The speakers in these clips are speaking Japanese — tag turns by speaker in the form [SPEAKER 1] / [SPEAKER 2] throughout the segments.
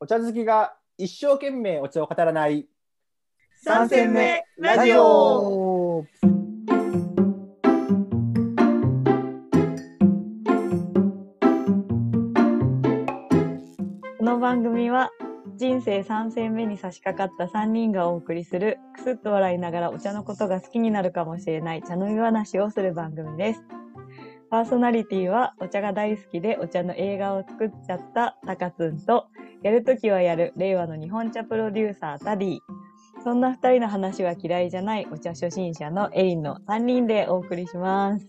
[SPEAKER 1] お茶好きが一生懸命お茶を語らない
[SPEAKER 2] 三戦目ラジオ。
[SPEAKER 3] この番組は人生3戦目に差し掛かった3人がお送りするくすっと笑いながらお茶のことが好きになるかもしれない茶飲み話をする番組です。パーソナリティはお茶が大好きでお茶の映画を作っちゃったタカツンとやるときはやる令和の日本茶プロデューサータディそんな二人の話は嫌いじゃないお茶初心者のエリンの3人でお送りします。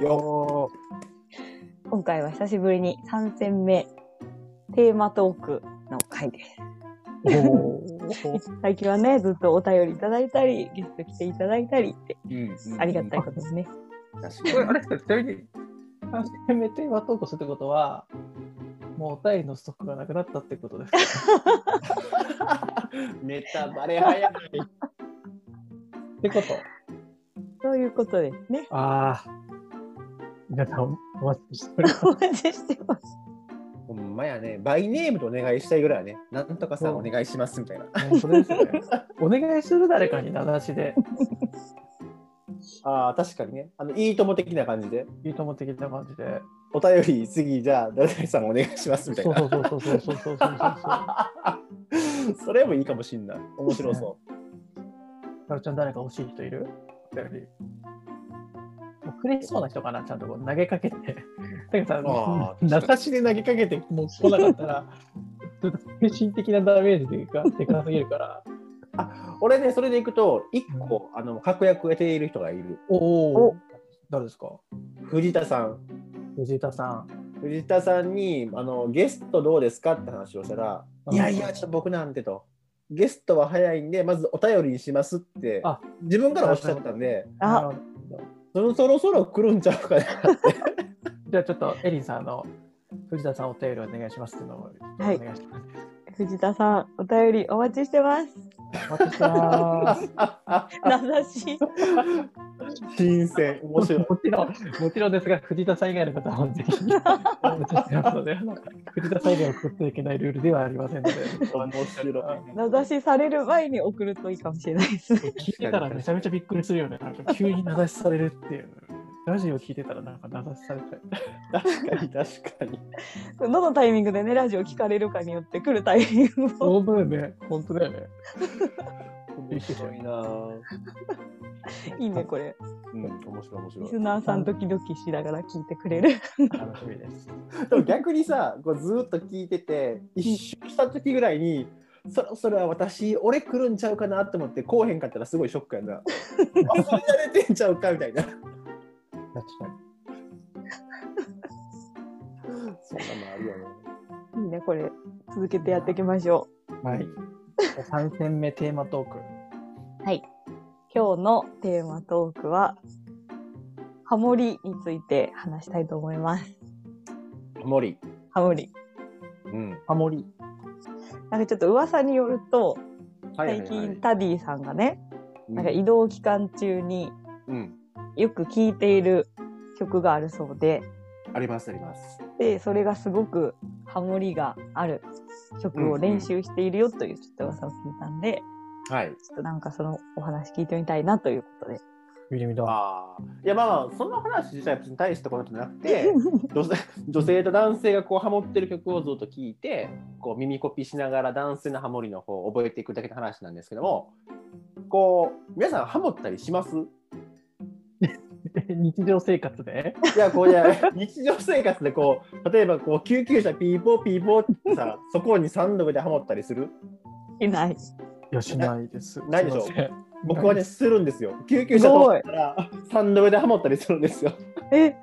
[SPEAKER 1] よ
[SPEAKER 3] 今回は久しぶりに3戦目テーマトークの回です。最近はね、ずっとお便りいただいたり、ゲスト来ていただいたりって、
[SPEAKER 1] うんうん
[SPEAKER 3] ありがたいことですね。
[SPEAKER 1] 確
[SPEAKER 2] これ
[SPEAKER 1] か
[SPEAKER 2] あれですかちなみに三戦目テーマトークするってことは、もうお便りのストックがなくなったってこと ですか。
[SPEAKER 1] に ネタバレ早い
[SPEAKER 2] ってこと。
[SPEAKER 3] そういうことですね。
[SPEAKER 2] ああ。皆さんお待ちしております。
[SPEAKER 3] お待ちしてます。
[SPEAKER 1] ほんまやねバイネームでお願いしたいぐらいやねなんとかさん
[SPEAKER 2] そ
[SPEAKER 1] お
[SPEAKER 2] う
[SPEAKER 1] 願いしますみたいな
[SPEAKER 2] もうそれですね。お願いする誰かに名指しで、
[SPEAKER 1] あー確かにねあのいいとも的な感じで
[SPEAKER 2] いいとも的な感じで。
[SPEAKER 1] お便り次じゃあ誰々さんお願いしますみたい
[SPEAKER 2] そう
[SPEAKER 1] な
[SPEAKER 2] そうそうそうそうそうそうそう。は
[SPEAKER 1] それもいいかもしんない面白そ
[SPEAKER 2] るちゃん誰か欲しい人いる？お便り。もうくれそうな人かなちゃんとこう投げかけて。だから
[SPEAKER 1] あ
[SPEAKER 2] さ、
[SPEAKER 1] ー
[SPEAKER 2] 名指しで投げかけてもう来なかったら、ちょっと精神的なダメージで かでかすぎるから。
[SPEAKER 1] う俺ねそれでいくと一個あの確約を得ている人がいる
[SPEAKER 2] お
[SPEAKER 3] お
[SPEAKER 2] お。誰ですか？
[SPEAKER 1] 藤田さん
[SPEAKER 2] 藤田さん。
[SPEAKER 1] 藤田さんにあのゲストどうですかって話をしたら、
[SPEAKER 2] うん
[SPEAKER 1] いやいや、ちょっと僕なんてと、ゲストは早いんで、まずお便りにしますって
[SPEAKER 2] あ、
[SPEAKER 1] 自分からおっしゃったんで、
[SPEAKER 2] なる
[SPEAKER 3] あ、
[SPEAKER 2] ほど
[SPEAKER 1] そろそろそろ来るんちゃうかなって。
[SPEAKER 2] じゃあちょっとエリンさんあの藤田さんお便りお願いしますっていうのをお願いします。
[SPEAKER 3] 藤田さん、お便りお待ちしてます。
[SPEAKER 2] お待ちしてます。
[SPEAKER 3] 名指し。
[SPEAKER 1] 新鮮、面白い。
[SPEAKER 2] もちろん、もちろんですが、藤田さん以外の方は ぜひ、お持ちしてますので、あの藤田さん以外は送ってはいけないルールではありませんので、
[SPEAKER 1] 面白い。
[SPEAKER 3] 名指しされる前に送るといいかもしれないです ね。
[SPEAKER 2] 聞いてたらめちゃめちゃびっくりするよね、なんか急に名指しされるっていう。ラジオ聞いてたらなんか名指しされたり。
[SPEAKER 1] 確かに、確かに。
[SPEAKER 3] どのタイミングでね、ラジオ聞かれるかによって来るタイミングも。
[SPEAKER 2] そうだよね、本当だよね。
[SPEAKER 1] 面白いな ぁ。
[SPEAKER 3] いいね、これ。
[SPEAKER 1] うん、面白い、面
[SPEAKER 3] リ
[SPEAKER 1] 白
[SPEAKER 3] ス
[SPEAKER 1] い。
[SPEAKER 3] ナーさんドキドキしながら聞いてくれる。
[SPEAKER 2] 楽しみです。
[SPEAKER 1] でも逆にさ、こうずーっと聞いてて、一周した時ぐらいに、そろそろは私、俺来るんちゃうかなって思って、こうへんかったらすごいショックや な。忘れられてんちゃうかみたいな。
[SPEAKER 2] 確かに。
[SPEAKER 1] そんなのあるよね。
[SPEAKER 3] いいね、これ。続けてやっていきましょう。
[SPEAKER 2] はい。3戦目テーマトーク。
[SPEAKER 3] 今日のテーマトークは、ハモリについて話したいと思います。
[SPEAKER 1] 森。
[SPEAKER 3] ハモリ。
[SPEAKER 1] うん。
[SPEAKER 2] ハモリ。
[SPEAKER 3] なんかちょっと噂によると、
[SPEAKER 1] はい
[SPEAKER 3] 最近タディさんがね、
[SPEAKER 1] な
[SPEAKER 3] なんか移動期間中に
[SPEAKER 1] うん。
[SPEAKER 3] よく聴いている曲があるそうで、
[SPEAKER 1] ありますあります。
[SPEAKER 3] で、それがすごくハモリがある曲を練習しているよというちょっと噂を聞いたんで、
[SPEAKER 1] はい。
[SPEAKER 3] ちょっとなんかそのお話聞いてみたいなということで。
[SPEAKER 2] 見てみた。
[SPEAKER 1] ああ。いやまあまあその話自体は別に大したことじゃなくて女性 女性と男性がこうハモってる曲をずっと聞いてこう耳コピーしながら男性のハモリの方を覚えていくだけの話なんですけどもこう皆さんハモったりします
[SPEAKER 2] 日常生活で
[SPEAKER 1] いやこうい や日常生活でこう例えばこう救急車ピーポーピーポーってさそこに3度目でハモったりする
[SPEAKER 3] いない。
[SPEAKER 2] いや、しないです。
[SPEAKER 1] ないでしょ
[SPEAKER 2] すません
[SPEAKER 1] 僕はね、するんですよ。救急車通ったら、3度目 でハモったりするんですよ。
[SPEAKER 3] え、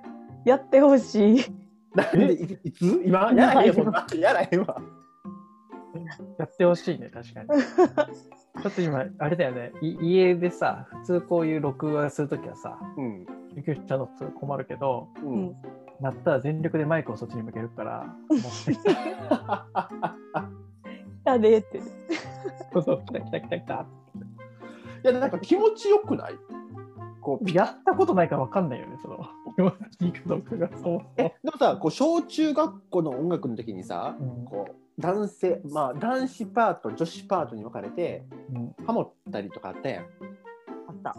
[SPEAKER 3] やってほしい。
[SPEAKER 1] なんで、いいつ今やらへんよ、そんな。 やらへんわ。
[SPEAKER 2] やってほしいね、確 かに。ちょっと今、あれだよね、い家でさ、普通こういう録画するときはさ、
[SPEAKER 1] うん。
[SPEAKER 2] 救急車の普通困るけど、
[SPEAKER 1] う
[SPEAKER 3] うん
[SPEAKER 1] ん。
[SPEAKER 2] なったら全力でマイクをそっちに向けるから、もう
[SPEAKER 3] やでって。
[SPEAKER 2] そうそう、来た来た来た来た。
[SPEAKER 1] いや、なんか気持ちよくないこう、ピ
[SPEAKER 2] やったことないから分かんないよね、その、 今聞くとかがそう。
[SPEAKER 1] え、でもさ、こう、小中学校の音楽の時にさ、
[SPEAKER 2] うん
[SPEAKER 1] こう、男性まあ男子パート女子パートに分かれて
[SPEAKER 2] うん
[SPEAKER 1] ハモったりとかあったやん
[SPEAKER 3] あった。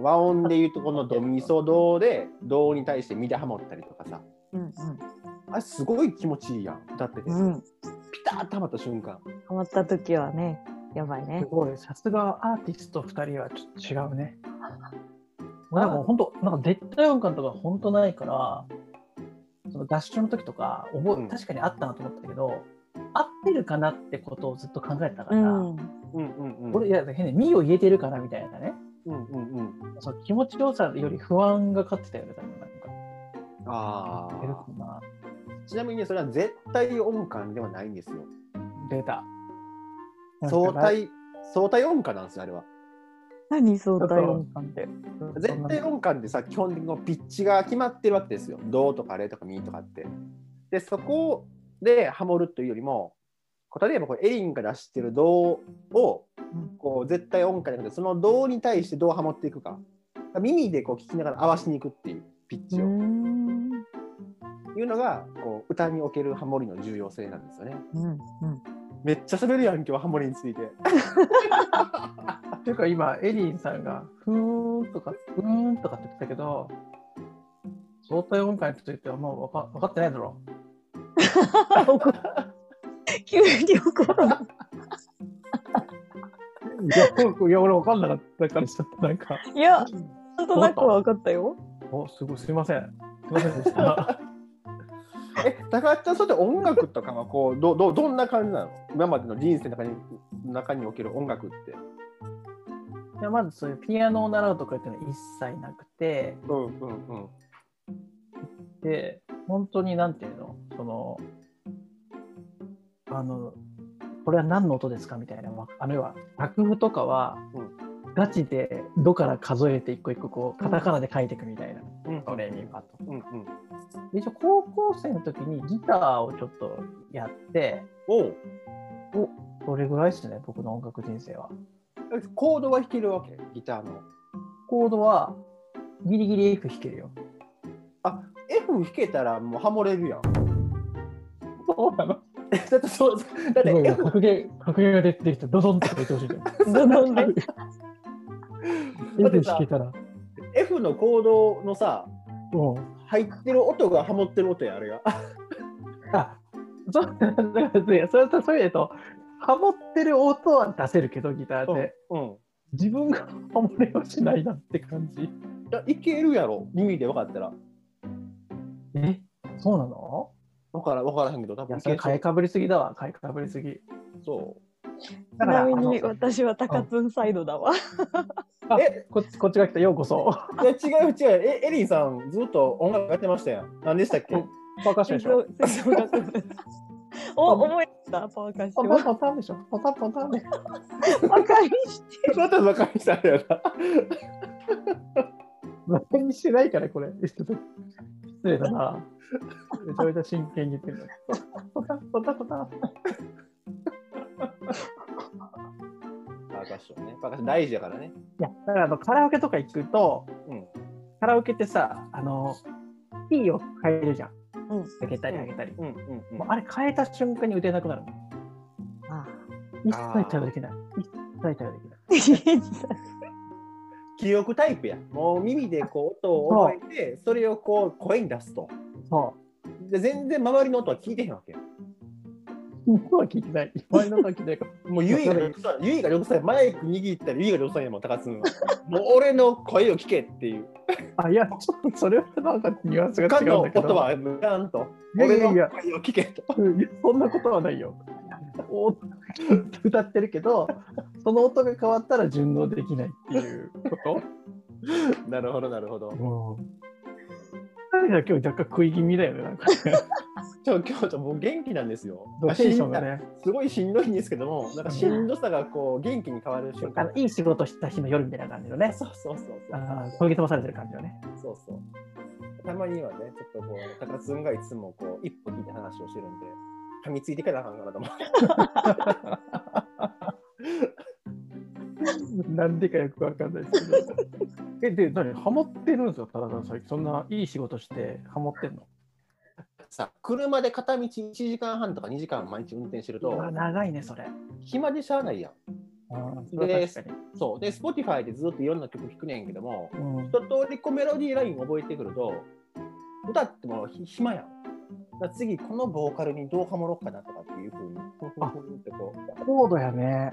[SPEAKER 1] 和音でいうとこのドミソドでドに対してミでハモったりとかさ
[SPEAKER 3] うん
[SPEAKER 1] あれすごい気持ちいいやん歌ってて、
[SPEAKER 3] うん。うん。
[SPEAKER 1] ピタッとハマった瞬間
[SPEAKER 3] ハマった時はね、やばいね
[SPEAKER 2] す。ごい、さすがアーティスト2人はちょっと違うね。なんか本当、なんか絶対音感とか本当ないから、その合唱の時とか覚え、
[SPEAKER 1] うん
[SPEAKER 2] 確かにあったなと思ったけど、合ってるかなってことをずっと考えてたか
[SPEAKER 3] う
[SPEAKER 2] ら、
[SPEAKER 3] ん。
[SPEAKER 1] うんうんうん
[SPEAKER 2] 俺、いや、変に、ミを言えてるかなみたいなね、
[SPEAKER 1] うんうんうん
[SPEAKER 2] その気持ちよさより不安が勝ってたよね、多分なんか。
[SPEAKER 1] あ
[SPEAKER 2] 出るかな
[SPEAKER 1] ーちなみにねそれは絶対音感ではないんですよ
[SPEAKER 2] 出た。
[SPEAKER 1] 相対相対音感なんですよあれは
[SPEAKER 3] 何相対音
[SPEAKER 2] 音感って。
[SPEAKER 1] 絶対音感でさ基本的にピッチが決まってるわけですよ。ドとかレとかミとかって。でそこでハモるというよりもこう例えばこうエリンが出してるドをこう絶対音感じゃなくてそのドに対してどうハモっていくか耳でこう聞きながら合わしにいくっていうピッ
[SPEAKER 3] う
[SPEAKER 1] チ
[SPEAKER 3] ー
[SPEAKER 1] を、
[SPEAKER 3] ん。
[SPEAKER 1] いうのがこう歌におけるハモリの重要性なんですよね。
[SPEAKER 3] うん。
[SPEAKER 1] めっちゃ喋るやん今日ハモリについて。
[SPEAKER 2] っていうか今エリンさんが「ふーん」とか「うーん」とかって言ってたけど相対音階についてはもう分か分かってないだろ
[SPEAKER 3] 急に怒る。
[SPEAKER 2] う。いや僕いや俺分かんなかったからちょっとなんか
[SPEAKER 3] いや、なんとなくは分かったよ。
[SPEAKER 2] おすごいすいませんすいませんでした
[SPEAKER 1] え高橋ちゃんそれで音楽とかはこうどどどんな感じなの今までの人生の中に中における音楽って。
[SPEAKER 2] いやまずそういうピアノを習うとかっていうのは一切なくて
[SPEAKER 1] うんうんうん。
[SPEAKER 2] で本当になんていうのそのあのこれは何の音ですかみたいなわあるいは楽譜とかは、ガチで「ド」から数えて一個一個こうカタカナで書いていくみたいな、
[SPEAKER 1] うん
[SPEAKER 2] ドレミファと。
[SPEAKER 1] うんうん。
[SPEAKER 2] で一応高校生の時にギターをちょっとやって
[SPEAKER 1] おう
[SPEAKER 2] それぐらいですね僕の音楽人生は。
[SPEAKER 1] えコードは弾けるわけギターの。
[SPEAKER 2] コードはギリギリ F 弾けるよ。
[SPEAKER 1] あ F 弾けたらもうハモれるやん。
[SPEAKER 2] そうなの
[SPEAKER 1] だってそうだって F
[SPEAKER 2] 格ゲー、格ゲーが出てきたドドンとか言ってほし いけど。
[SPEAKER 3] ドドンね
[SPEAKER 2] F 弾けたら、
[SPEAKER 1] F のコードのさ
[SPEAKER 2] うん。
[SPEAKER 1] 入ってる音がハモってる音やあれが。
[SPEAKER 2] あ、そう、だから、いやそれと、それでと、ハモってる音は出せるけど、ギターで。
[SPEAKER 1] うん。
[SPEAKER 2] 自分がハモれはしないなって感じ。
[SPEAKER 1] いやいけるやろ耳で分かったら。
[SPEAKER 2] え、そうなの
[SPEAKER 1] 分から分からへんけど多
[SPEAKER 2] い
[SPEAKER 1] 分
[SPEAKER 2] や、
[SPEAKER 1] い
[SPEAKER 2] そ
[SPEAKER 1] ける
[SPEAKER 2] れ買いかぶりすぎだわ、買いかぶりすぎ。
[SPEAKER 1] そ
[SPEAKER 3] ち
[SPEAKER 2] だから、
[SPEAKER 3] な
[SPEAKER 2] あ
[SPEAKER 3] み
[SPEAKER 2] の
[SPEAKER 3] に私は高津サイドだわ。
[SPEAKER 2] あ
[SPEAKER 1] え
[SPEAKER 2] こっちこっちが来た、ようこそ。
[SPEAKER 1] う。いや違う違うえエリーさんずっと音楽やってましたやん。何でしたっけ？
[SPEAKER 2] パーカッションでしょ。
[SPEAKER 3] 吹奏楽部です お、思い出したパーカッシ
[SPEAKER 2] ポ
[SPEAKER 3] ョ
[SPEAKER 2] タ
[SPEAKER 3] ン。
[SPEAKER 2] ポタンでしょ。ポタポタンで。
[SPEAKER 3] バカにし
[SPEAKER 1] またバカにしたんやな。
[SPEAKER 2] 何にしてないから、これ。ちょっと失礼だな。めちゃめちゃ真剣に言ってるのに。ポタポタポタン。
[SPEAKER 1] パーカッションね。パーカッション大事やからね。
[SPEAKER 2] いや、だからあのカラオケとか行くと、
[SPEAKER 1] うん
[SPEAKER 2] カラオケってさ、あの、キーを変えるじゃん。
[SPEAKER 3] うん
[SPEAKER 2] 上げたり上げたり。
[SPEAKER 1] うんうんう
[SPEAKER 2] もうあれ変えた瞬間に腕なくなるの。
[SPEAKER 3] あ
[SPEAKER 2] 一切対応できない。一切対応できない。
[SPEAKER 1] 記憶タイプやもう耳でこう音を覚えてそれをこう声に出すと
[SPEAKER 2] そ
[SPEAKER 1] で全然周りの音は聞いてへんわけよ
[SPEAKER 2] う。音は聞いてない。周りの音は聞いて ないから。
[SPEAKER 1] もうゆいがよくさゆいがよくさマイク握ったりゆいがよくさんやもん高津はもう俺の声を聞けっていう
[SPEAKER 2] あ、いや、ちょっとそれはなんかニュアンスが
[SPEAKER 1] 他
[SPEAKER 2] 違うん
[SPEAKER 1] の
[SPEAKER 2] だけ
[SPEAKER 1] 音
[SPEAKER 2] ど。
[SPEAKER 1] は無関と
[SPEAKER 2] いやい
[SPEAKER 1] 俺
[SPEAKER 2] や
[SPEAKER 1] の
[SPEAKER 2] いや
[SPEAKER 1] 声を聞けと
[SPEAKER 2] うんいやそんなことはないよ。お歌ってるけど、その音が変わったら順応できないっていうこ
[SPEAKER 1] なるほどなるほど
[SPEAKER 2] と。もう。彼ら今日若干食い気味だよね、なん か。
[SPEAKER 1] ちょ今日ちょもう元気なんですよ
[SPEAKER 2] ロケーションがね。
[SPEAKER 1] すごいしんどいんですけどもなんかしんどさがこう元気に変わる瞬
[SPEAKER 2] あ
[SPEAKER 1] 間
[SPEAKER 2] のいい仕事した日の夜みたいな感じの ね、
[SPEAKER 1] そうそうそうそう
[SPEAKER 2] あー研ぎ澄まされてる感じのね。
[SPEAKER 1] そうそう。たまにはね、ちょっとこう、高津んがいつもこう、一歩引いて話をしてるんで、噛みついてからあかんかなと思って。
[SPEAKER 2] なんでかよくわかんないですけ ど。え、で、何、ハモってるんですか、田中さん、そんないい仕事して、ハモってんの
[SPEAKER 1] さ車で片道1時間半とか2時間毎日運転してる
[SPEAKER 2] う
[SPEAKER 1] と
[SPEAKER 2] わ長いね、それ。
[SPEAKER 1] 暇でしゃあないやん。
[SPEAKER 2] うん、そ
[SPEAKER 1] そ
[SPEAKER 2] れは
[SPEAKER 1] れ
[SPEAKER 2] 確かに。
[SPEAKER 1] そうで Spotify でずっといろんな曲聴くねんけども
[SPEAKER 2] うん
[SPEAKER 1] 一通りこうメロディーライン覚えてくると歌ってもひ暇やん。だから次このボーカルにどうハモろうかなとかっていうふうにふんふんふんってこう
[SPEAKER 2] 高度やね。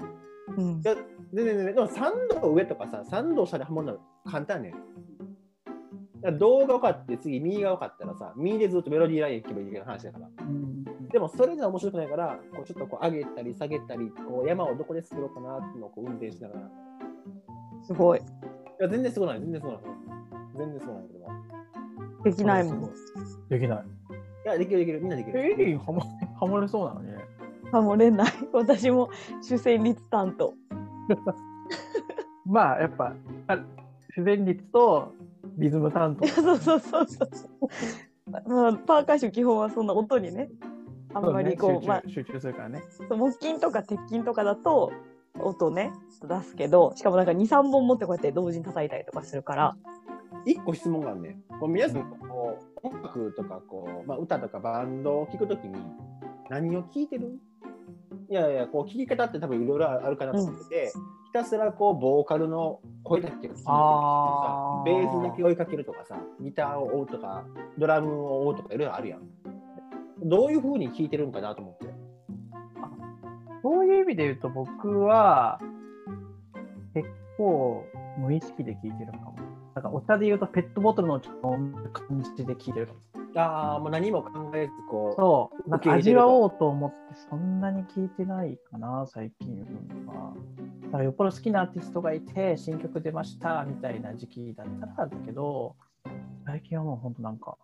[SPEAKER 3] う
[SPEAKER 1] い
[SPEAKER 3] ん
[SPEAKER 1] や全然全然でも3度上とかさ3度下でハモるの簡単ねん。だから動画分かって次右が分かったらさ右でずっとメロディーライン行けばいいだけの話だから。
[SPEAKER 2] うん、
[SPEAKER 1] でもそれじゃ面白くないから、こうちょっとこう上げたり下げたり、こう山をどこで作ろうかなっていうのをこう運転しながら。い
[SPEAKER 3] すごい。
[SPEAKER 1] や、全然すごない、全然すごない。全然すごないけども。
[SPEAKER 3] できないも
[SPEAKER 1] そうそ
[SPEAKER 3] ん
[SPEAKER 1] う。そう
[SPEAKER 2] できない。
[SPEAKER 1] いや、できるできる、みんなでき
[SPEAKER 2] エ
[SPEAKER 1] る。
[SPEAKER 2] リーハモ ハモれそうなの にね。
[SPEAKER 3] ハモれない。私も主旋律担当。
[SPEAKER 2] まあやっぱあ自然率とリズム担当。
[SPEAKER 3] そうそうそうそう。まあ、パーカッション基本はそんな音にね、あんまりこう、
[SPEAKER 2] 集中
[SPEAKER 3] まあ、
[SPEAKER 2] 集中するからね。
[SPEAKER 3] そう木琴とか鉄琴とかだと、音ね、出すけど、しかもなんか2、3本持ってこうやって同時に叩いたりとかするから、
[SPEAKER 1] 一個質問があるねん。こう皆さん、こう、音楽とか、こう、まあ、歌とかバンドを聴くときに、何を聴いてるいやいや、こう、聴き方って多分いろいろあるかなと思ってて、ひたすらこう、ボーカルの声だけを聞いてると
[SPEAKER 2] あ
[SPEAKER 1] か
[SPEAKER 2] ー、
[SPEAKER 1] ベースだけ追いかけるとかさ、ギターを追うとか、ドラムを追うとか、いろいろあるやん。どういうふうに聴いてるんかなと思って。
[SPEAKER 2] そういう意味で言うと僕は結構無意識で聞いてるかも。なんかお茶で言うとペットボトルのちょっと感じで聞いてるかも。
[SPEAKER 1] ああ、もう何も考えず、こう、
[SPEAKER 2] そう。なん
[SPEAKER 1] 受
[SPEAKER 2] か
[SPEAKER 1] け入
[SPEAKER 2] 味
[SPEAKER 1] れると
[SPEAKER 2] わおうと思ってそんなに聞いてないかな最近は。だからよっぽど好きなアーティストがいて新曲出ましたみたいな時期だったらだけど最近はもうほんとなんか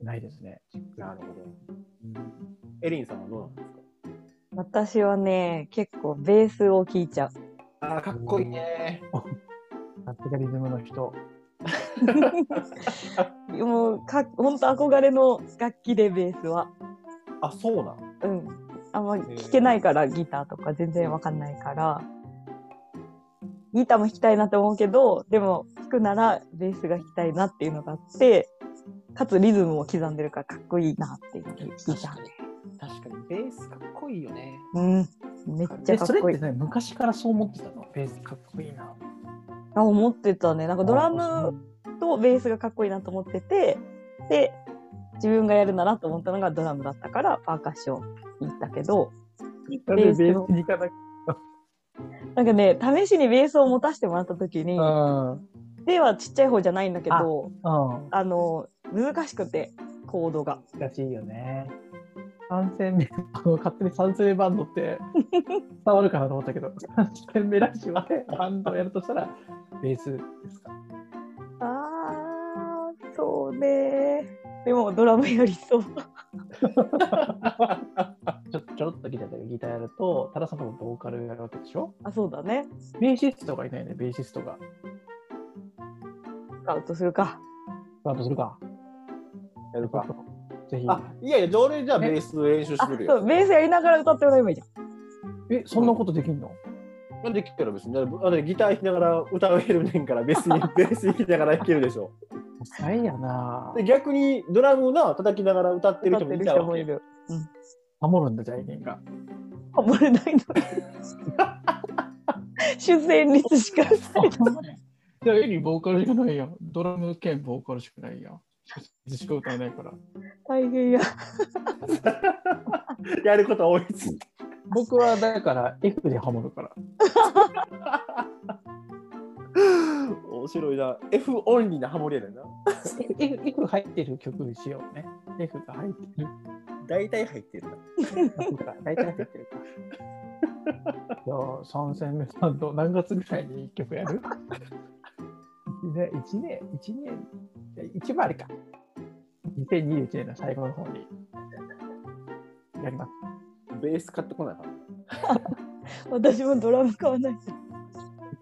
[SPEAKER 2] ないですね。
[SPEAKER 1] なるほど。エリンさんはどうなんですか
[SPEAKER 3] 私はね、結構ベースを聴いちゃう。
[SPEAKER 1] ああ、かっこいいね。
[SPEAKER 2] さすがリズムの人。
[SPEAKER 3] もうか、ほんと憧れの楽器でベースは。
[SPEAKER 1] あ、そうなん。
[SPEAKER 3] うん。あんま聞けないから、ギターとか全然わかんないから。ギターも弾きたいなって思うけど、でも弾くならベースが弾きたいなっていうのがあって、かつリズムも刻んでるからかっこいいなっていうのでギター。
[SPEAKER 1] に。確かに、ベースかっこいいよね。
[SPEAKER 3] うん。めっちゃ
[SPEAKER 2] え
[SPEAKER 3] かっ
[SPEAKER 2] それっ
[SPEAKER 3] こいい
[SPEAKER 2] て。ね昔からそう思ってたのベースかっこいいな。
[SPEAKER 3] あ、思ってたね。なんかドラ
[SPEAKER 2] あ
[SPEAKER 3] ムとベースがかっこいいなと思ってて、で、自分がやるならと思ったのがドラムだったから、パーカッション行ったけど、
[SPEAKER 2] なんでベースに行かなき
[SPEAKER 3] なんかね、試しにベースを持たせてもらった時に、
[SPEAKER 2] ゃ。うん
[SPEAKER 3] ではちっちゃい方じゃないんだけど、
[SPEAKER 2] うん。
[SPEAKER 3] あの、難しくて、コードが。
[SPEAKER 2] 難しいよね。三戦目、あの勝手に三戦目バンドって 伝わるかなと思ったけど、三戦目らしいわね。バンドをやるとしたら、ベースですか。
[SPEAKER 3] あー、そうねでも、ドラムよりそう。
[SPEAKER 2] ちょちょろっとギターでギターやると、ただそのボーカルやるわけでしょ
[SPEAKER 3] あ、そうだね。
[SPEAKER 2] ベーシストがいないよね、ベーシストが。
[SPEAKER 3] スカウトするか。
[SPEAKER 2] バンドするか。
[SPEAKER 1] やるか。
[SPEAKER 2] ぜひ。
[SPEAKER 1] あ、いやいや、常連じゃあベース練習し
[SPEAKER 3] あ、
[SPEAKER 1] て
[SPEAKER 3] そ
[SPEAKER 1] くる
[SPEAKER 3] う、
[SPEAKER 1] よ。
[SPEAKER 3] ベースやりながら歌ってもらえばいいじゃん。
[SPEAKER 2] え、そんなことできんの
[SPEAKER 1] なんできたら別に、だってギター弾きながら歌えるねんから、別にベ ース弾きながら弾けるでしょ。
[SPEAKER 2] あれやな
[SPEAKER 1] で、逆にドラムな叩きながら歌ってる人
[SPEAKER 3] 歌っ
[SPEAKER 1] も
[SPEAKER 3] て
[SPEAKER 1] い
[SPEAKER 3] る
[SPEAKER 1] た
[SPEAKER 3] 人
[SPEAKER 1] わ
[SPEAKER 3] もい
[SPEAKER 1] け。
[SPEAKER 3] る。
[SPEAKER 2] ハモるんだ、じゃあ、人 が。
[SPEAKER 3] ハモれないの。主旋律しか。
[SPEAKER 2] じゃあ、エリーボーカルしかないやん。ドラム兼ボーカルしかないやん。しか歌えないから。
[SPEAKER 3] 大変や。
[SPEAKER 1] やることは多いっす。
[SPEAKER 2] 僕はだから F でハモるから。
[SPEAKER 1] 面白いな。F オンリーなハモリやねんな。
[SPEAKER 2] F, F 入ってる曲にしようね。F が入ってる。
[SPEAKER 1] 大体入ってるな。
[SPEAKER 2] 大体入ってるか。 じゃあ3戦目さんと何月ぐらいに1曲やる ?1 年、1年、1年、1割か。2021年の最後の方にやります。
[SPEAKER 1] ベース買ってこないから。
[SPEAKER 3] 私もドラム買わないと。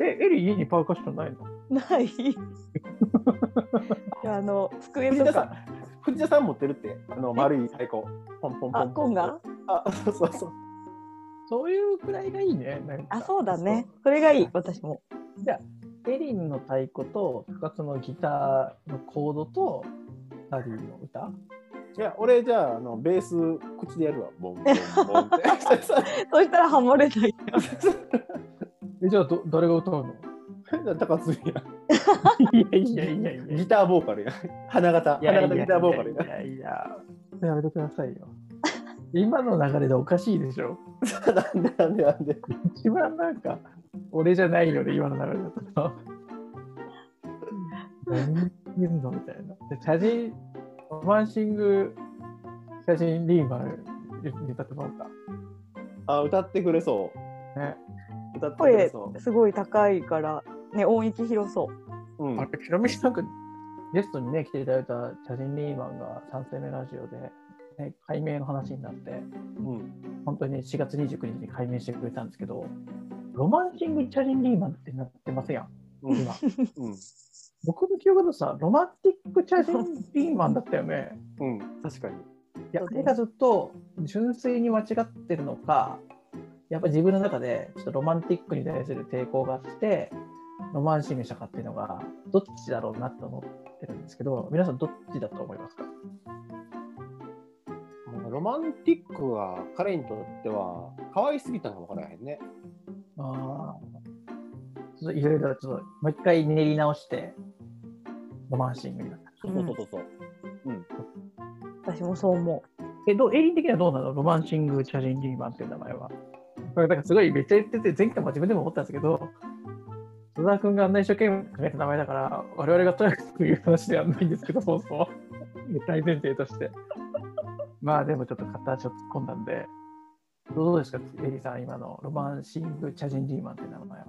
[SPEAKER 2] え、エリー家にパーカッションないの
[SPEAKER 3] ない。いやあの、机
[SPEAKER 1] 藤
[SPEAKER 3] と
[SPEAKER 1] 田さ
[SPEAKER 3] か。
[SPEAKER 1] ん、藤田さん持ってるって、あの丸い太鼓。ポンポンポン。
[SPEAKER 3] あ、コンが。
[SPEAKER 1] あ、そうそうそう。
[SPEAKER 2] そういうくらいがいいね。なんか
[SPEAKER 3] あ、そうだね。それがいい、私も。
[SPEAKER 2] じゃあ、エリンの太鼓と、深津のギターのコードと、ダディの歌
[SPEAKER 1] いや俺じゃああのベース口でやるわボンボンボンって
[SPEAKER 3] そしたらハモれない。
[SPEAKER 2] えじゃあど誰が歌うの
[SPEAKER 1] 高津や
[SPEAKER 2] いやいやいやい
[SPEAKER 1] ギターボーカルや花形花形ギターボーカルや
[SPEAKER 2] いやいややめてくださいよ今の流れでおかしいでしょ
[SPEAKER 1] なんでなんでなんで
[SPEAKER 2] 一番なんか俺じゃないよね今の流れだと何言うのみたいなで写真ロマンシング写真リーマル言ったと思った
[SPEAKER 1] あ歌ってくれそう
[SPEAKER 2] ね、
[SPEAKER 1] 歌ってくれ
[SPEAKER 3] 声
[SPEAKER 1] そ
[SPEAKER 3] すごい高いから、ね、音域広そう。
[SPEAKER 1] う、うん
[SPEAKER 2] あ、れ、ヒロミさんがゲストにね、来ていただいたチャジン・リーマンが3世目ラジオで、ね、解明の話になって、
[SPEAKER 1] うん、
[SPEAKER 2] 本当に4月29日に解明してくれたんですけど、ロマンシング・チャジン・リーマンってなってますやん、
[SPEAKER 1] うん
[SPEAKER 2] 今。
[SPEAKER 1] うん
[SPEAKER 2] 僕の記憶だとさ、ロマンティック・チャジン・リーマンだった よね。
[SPEAKER 1] うん確かに
[SPEAKER 2] いや、あれがずっと純粋に間違ってるのか、やっぱ自分の中でちょっとロマンティックに対する抵抗があって、ロマンシングしたかっていうのが、どっちだろうなと思ってるんですけど、皆さんどっちだと思いますか
[SPEAKER 1] ロマンティックは彼にとっては可愛すぎたのかもわからへんね
[SPEAKER 2] ああ。ちょっといろいろちょっともう一回練り直して、ロマンシングになった。
[SPEAKER 1] そうそうそうそう、
[SPEAKER 3] 私もそう思
[SPEAKER 2] え、どう、エイリン的にはどうなのロマンシング・チャリン・リーマンっていう名前は。これなんかすごいめっちゃ言ってて、前回も自分でも思ったんですけど、戸田君があんな一生懸命考えた名前だから、我々がとにかく言う話ではないんですけど、そうそう。大前提として。まあでもちょっと片足を突っ込んだんで、どうですか、エイリンさん、今のロマンシング・チャリン・リーマンっていう名前は。
[SPEAKER 3] う。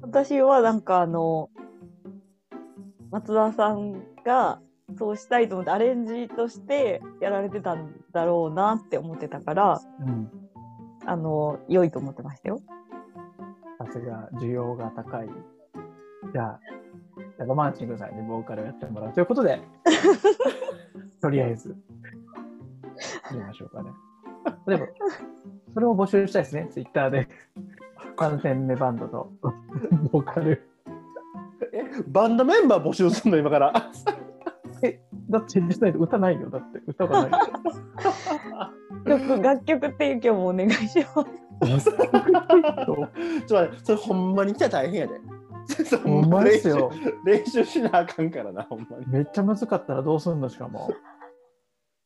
[SPEAKER 3] 私はなんかあの、松田さんがそうしたいと思ってアレンジとしてやられてたんだろうなって思ってたから、
[SPEAKER 2] うん。
[SPEAKER 3] あの、良いと思ってましたよ。
[SPEAKER 2] さすが需要が高い。じゃあ、じゃあロマンチングさんにボーカルをやってもらうということで、とりあえず、言いましょうかね。でも、それを募集したいですね、ツイッターで。感染目バンドとボーカル。
[SPEAKER 1] えバンドメンバー募集するの今 から
[SPEAKER 2] だって、実際歌ないよ、だって、歌がないよ。
[SPEAKER 3] 曲、楽曲提供もお願いしま
[SPEAKER 2] ち
[SPEAKER 3] す。
[SPEAKER 2] ょっ
[SPEAKER 1] ちょっと待ってそれほんまに来たら大変やで。それ
[SPEAKER 2] とほんまですよ。
[SPEAKER 1] 練習練習しなあかんからな、ほんまに。
[SPEAKER 2] めっちゃむずかったらどうすんの、しかも。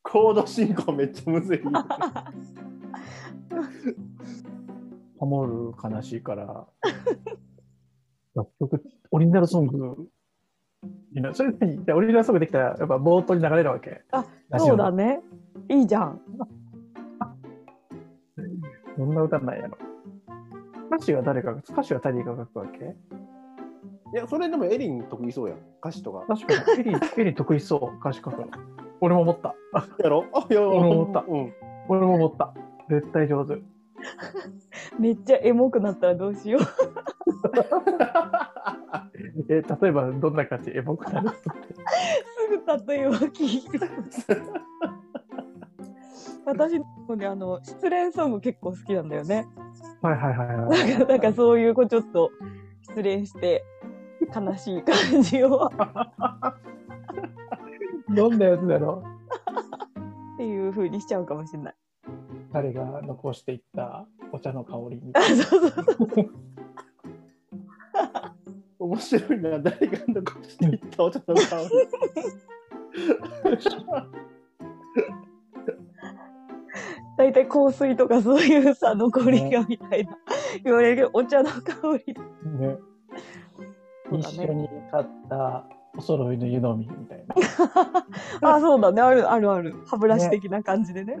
[SPEAKER 1] コード進行めっちゃむずい。
[SPEAKER 2] ハモる悲しいから。楽曲、オリジナルソング。いいな、それ何じゃあオリジナルソングできたら、やっぱ冒頭に流れるわけ。
[SPEAKER 3] あ、
[SPEAKER 2] ラジ
[SPEAKER 3] そ
[SPEAKER 2] オ
[SPEAKER 3] う
[SPEAKER 2] の
[SPEAKER 3] だ。ね。いいじゃん。
[SPEAKER 2] どんな歌なんやろ。歌詞は誰かが、歌詞はタリーが書くわけ
[SPEAKER 1] いや、それでもエリン得意そうやん。歌詞とか。
[SPEAKER 2] 確かに、エリー、エリー得意そう、歌詞書くの。俺も思った。
[SPEAKER 1] やろあ、やろ
[SPEAKER 2] 俺も思った
[SPEAKER 1] うん。
[SPEAKER 2] 俺も思った。絶対上手。
[SPEAKER 3] めっちゃエモくなったらどうしよう。
[SPEAKER 2] え、例えばどんな感じエモくなる
[SPEAKER 3] すぐ例えば 聞いて。私もね、あの、失恋ソング結構好きなんだよね。
[SPEAKER 2] はいはいはいはい。
[SPEAKER 3] なんかそういうこうちょっと失恋して悲しい感じをっ
[SPEAKER 2] どんなやつだろう
[SPEAKER 3] ていう風にしちゃうかもしれない。
[SPEAKER 2] 誰が残していったお茶の香りみ
[SPEAKER 3] あ
[SPEAKER 2] たいな。
[SPEAKER 3] そうそうそう
[SPEAKER 1] 面白いな、誰が残していったお茶の香り。
[SPEAKER 3] 大体香水とかそういうさ残りがみたいな言われるけどお茶の香り
[SPEAKER 2] ね、
[SPEAKER 3] そう
[SPEAKER 2] 一
[SPEAKER 3] だね
[SPEAKER 2] 緒に買ったお揃いの湯飲みみたい
[SPEAKER 3] あそうだねあるあるある歯ブラシ的な感じでね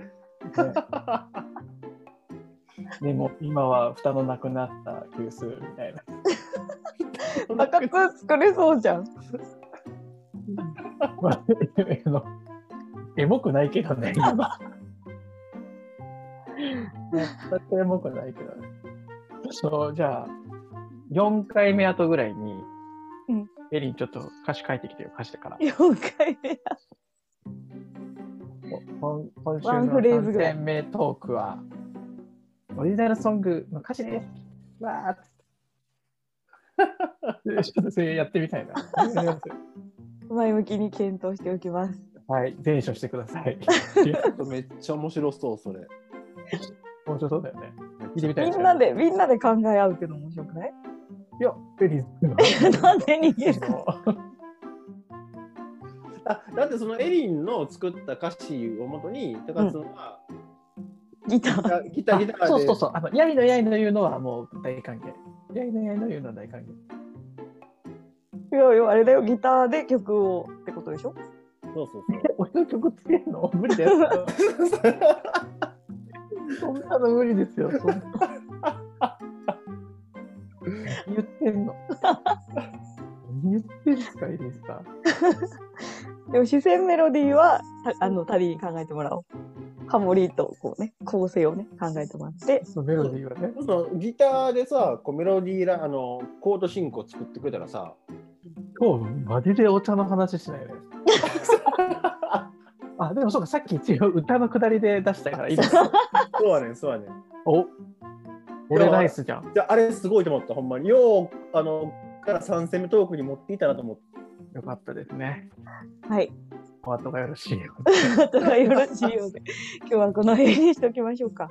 [SPEAKER 2] な、 ねでも今は蓋のなくなった急須みたいな
[SPEAKER 3] 中津作れそうじゃん
[SPEAKER 2] まああのエモくないけど ね今はね全くエモくないけどねそうじゃあ4回目後ぐらいに、
[SPEAKER 3] うん
[SPEAKER 2] エリンちょっと歌詞書いてきてよ歌詞だから
[SPEAKER 3] 4回目
[SPEAKER 2] 今今週
[SPEAKER 3] ワ
[SPEAKER 2] の
[SPEAKER 3] ンフレーズぐらい
[SPEAKER 2] 3名トークはオリジナルソングの歌詞です。わ ーちょっとそれやってみたいな。
[SPEAKER 3] 前向きに検討しておきます
[SPEAKER 2] はい、全書してください。
[SPEAKER 1] めっちゃ面白そう、それ。
[SPEAKER 2] 面白そうだよね。聞いてみたい
[SPEAKER 3] み
[SPEAKER 2] す
[SPEAKER 3] ん
[SPEAKER 2] ね
[SPEAKER 3] なで、みんなで考え合うけど面白くない
[SPEAKER 2] いや、ベリー
[SPEAKER 3] なんで逃 げ
[SPEAKER 2] ズ
[SPEAKER 3] る
[SPEAKER 2] の。
[SPEAKER 1] あだってそのエリンの作った歌詞をもとに、高津は
[SPEAKER 3] ギタ
[SPEAKER 1] ギタ
[SPEAKER 3] ー。
[SPEAKER 1] ー、ギター、ギターで。
[SPEAKER 2] あそうそうそう、あの、やいのやいの言うのはもう大歓迎。やいのやいの言うのは大歓迎。
[SPEAKER 3] いやいや、あれだよ、ギターで曲をってことでしょ
[SPEAKER 1] そうそう
[SPEAKER 2] え俺の曲つけるの無理だよ。
[SPEAKER 1] そう。
[SPEAKER 2] そんなの無理ですよ。そんな 言ってんの。何言ってんすか、イリスさん。
[SPEAKER 3] でも、視線メロディーは、たあの、タリーに考えてもらおう。ハモリと、こうね、構成をね、考えてもらって。
[SPEAKER 2] そのメロディーはね。
[SPEAKER 1] そうギターでさ、こうメロディーラあのコード進行作ってくれたらさ、
[SPEAKER 2] 今日、マジでお茶の話し ないね。あ、でもそうか、さっき一応歌のくだりで出したから、いいです。
[SPEAKER 1] そうはねん、そうはねん。
[SPEAKER 2] お俺ナイスじゃん。
[SPEAKER 1] じゃあ、あれすごいと思った、ほんまに。よう、あの、から3戦目トークに持っていたなと思って。
[SPEAKER 2] よかったですね。
[SPEAKER 3] はい。
[SPEAKER 2] お後がよろしいよ。
[SPEAKER 3] あとはよろしいようで。今日はこの辺にしておきましょうか。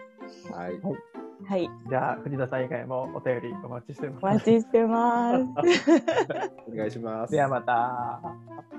[SPEAKER 1] はい。
[SPEAKER 3] はい。
[SPEAKER 2] じゃあ、藤田さん以外もお便りお待ちして
[SPEAKER 3] お
[SPEAKER 2] ます。
[SPEAKER 3] 待ちしてます。
[SPEAKER 1] お願いします。
[SPEAKER 2] ではまた。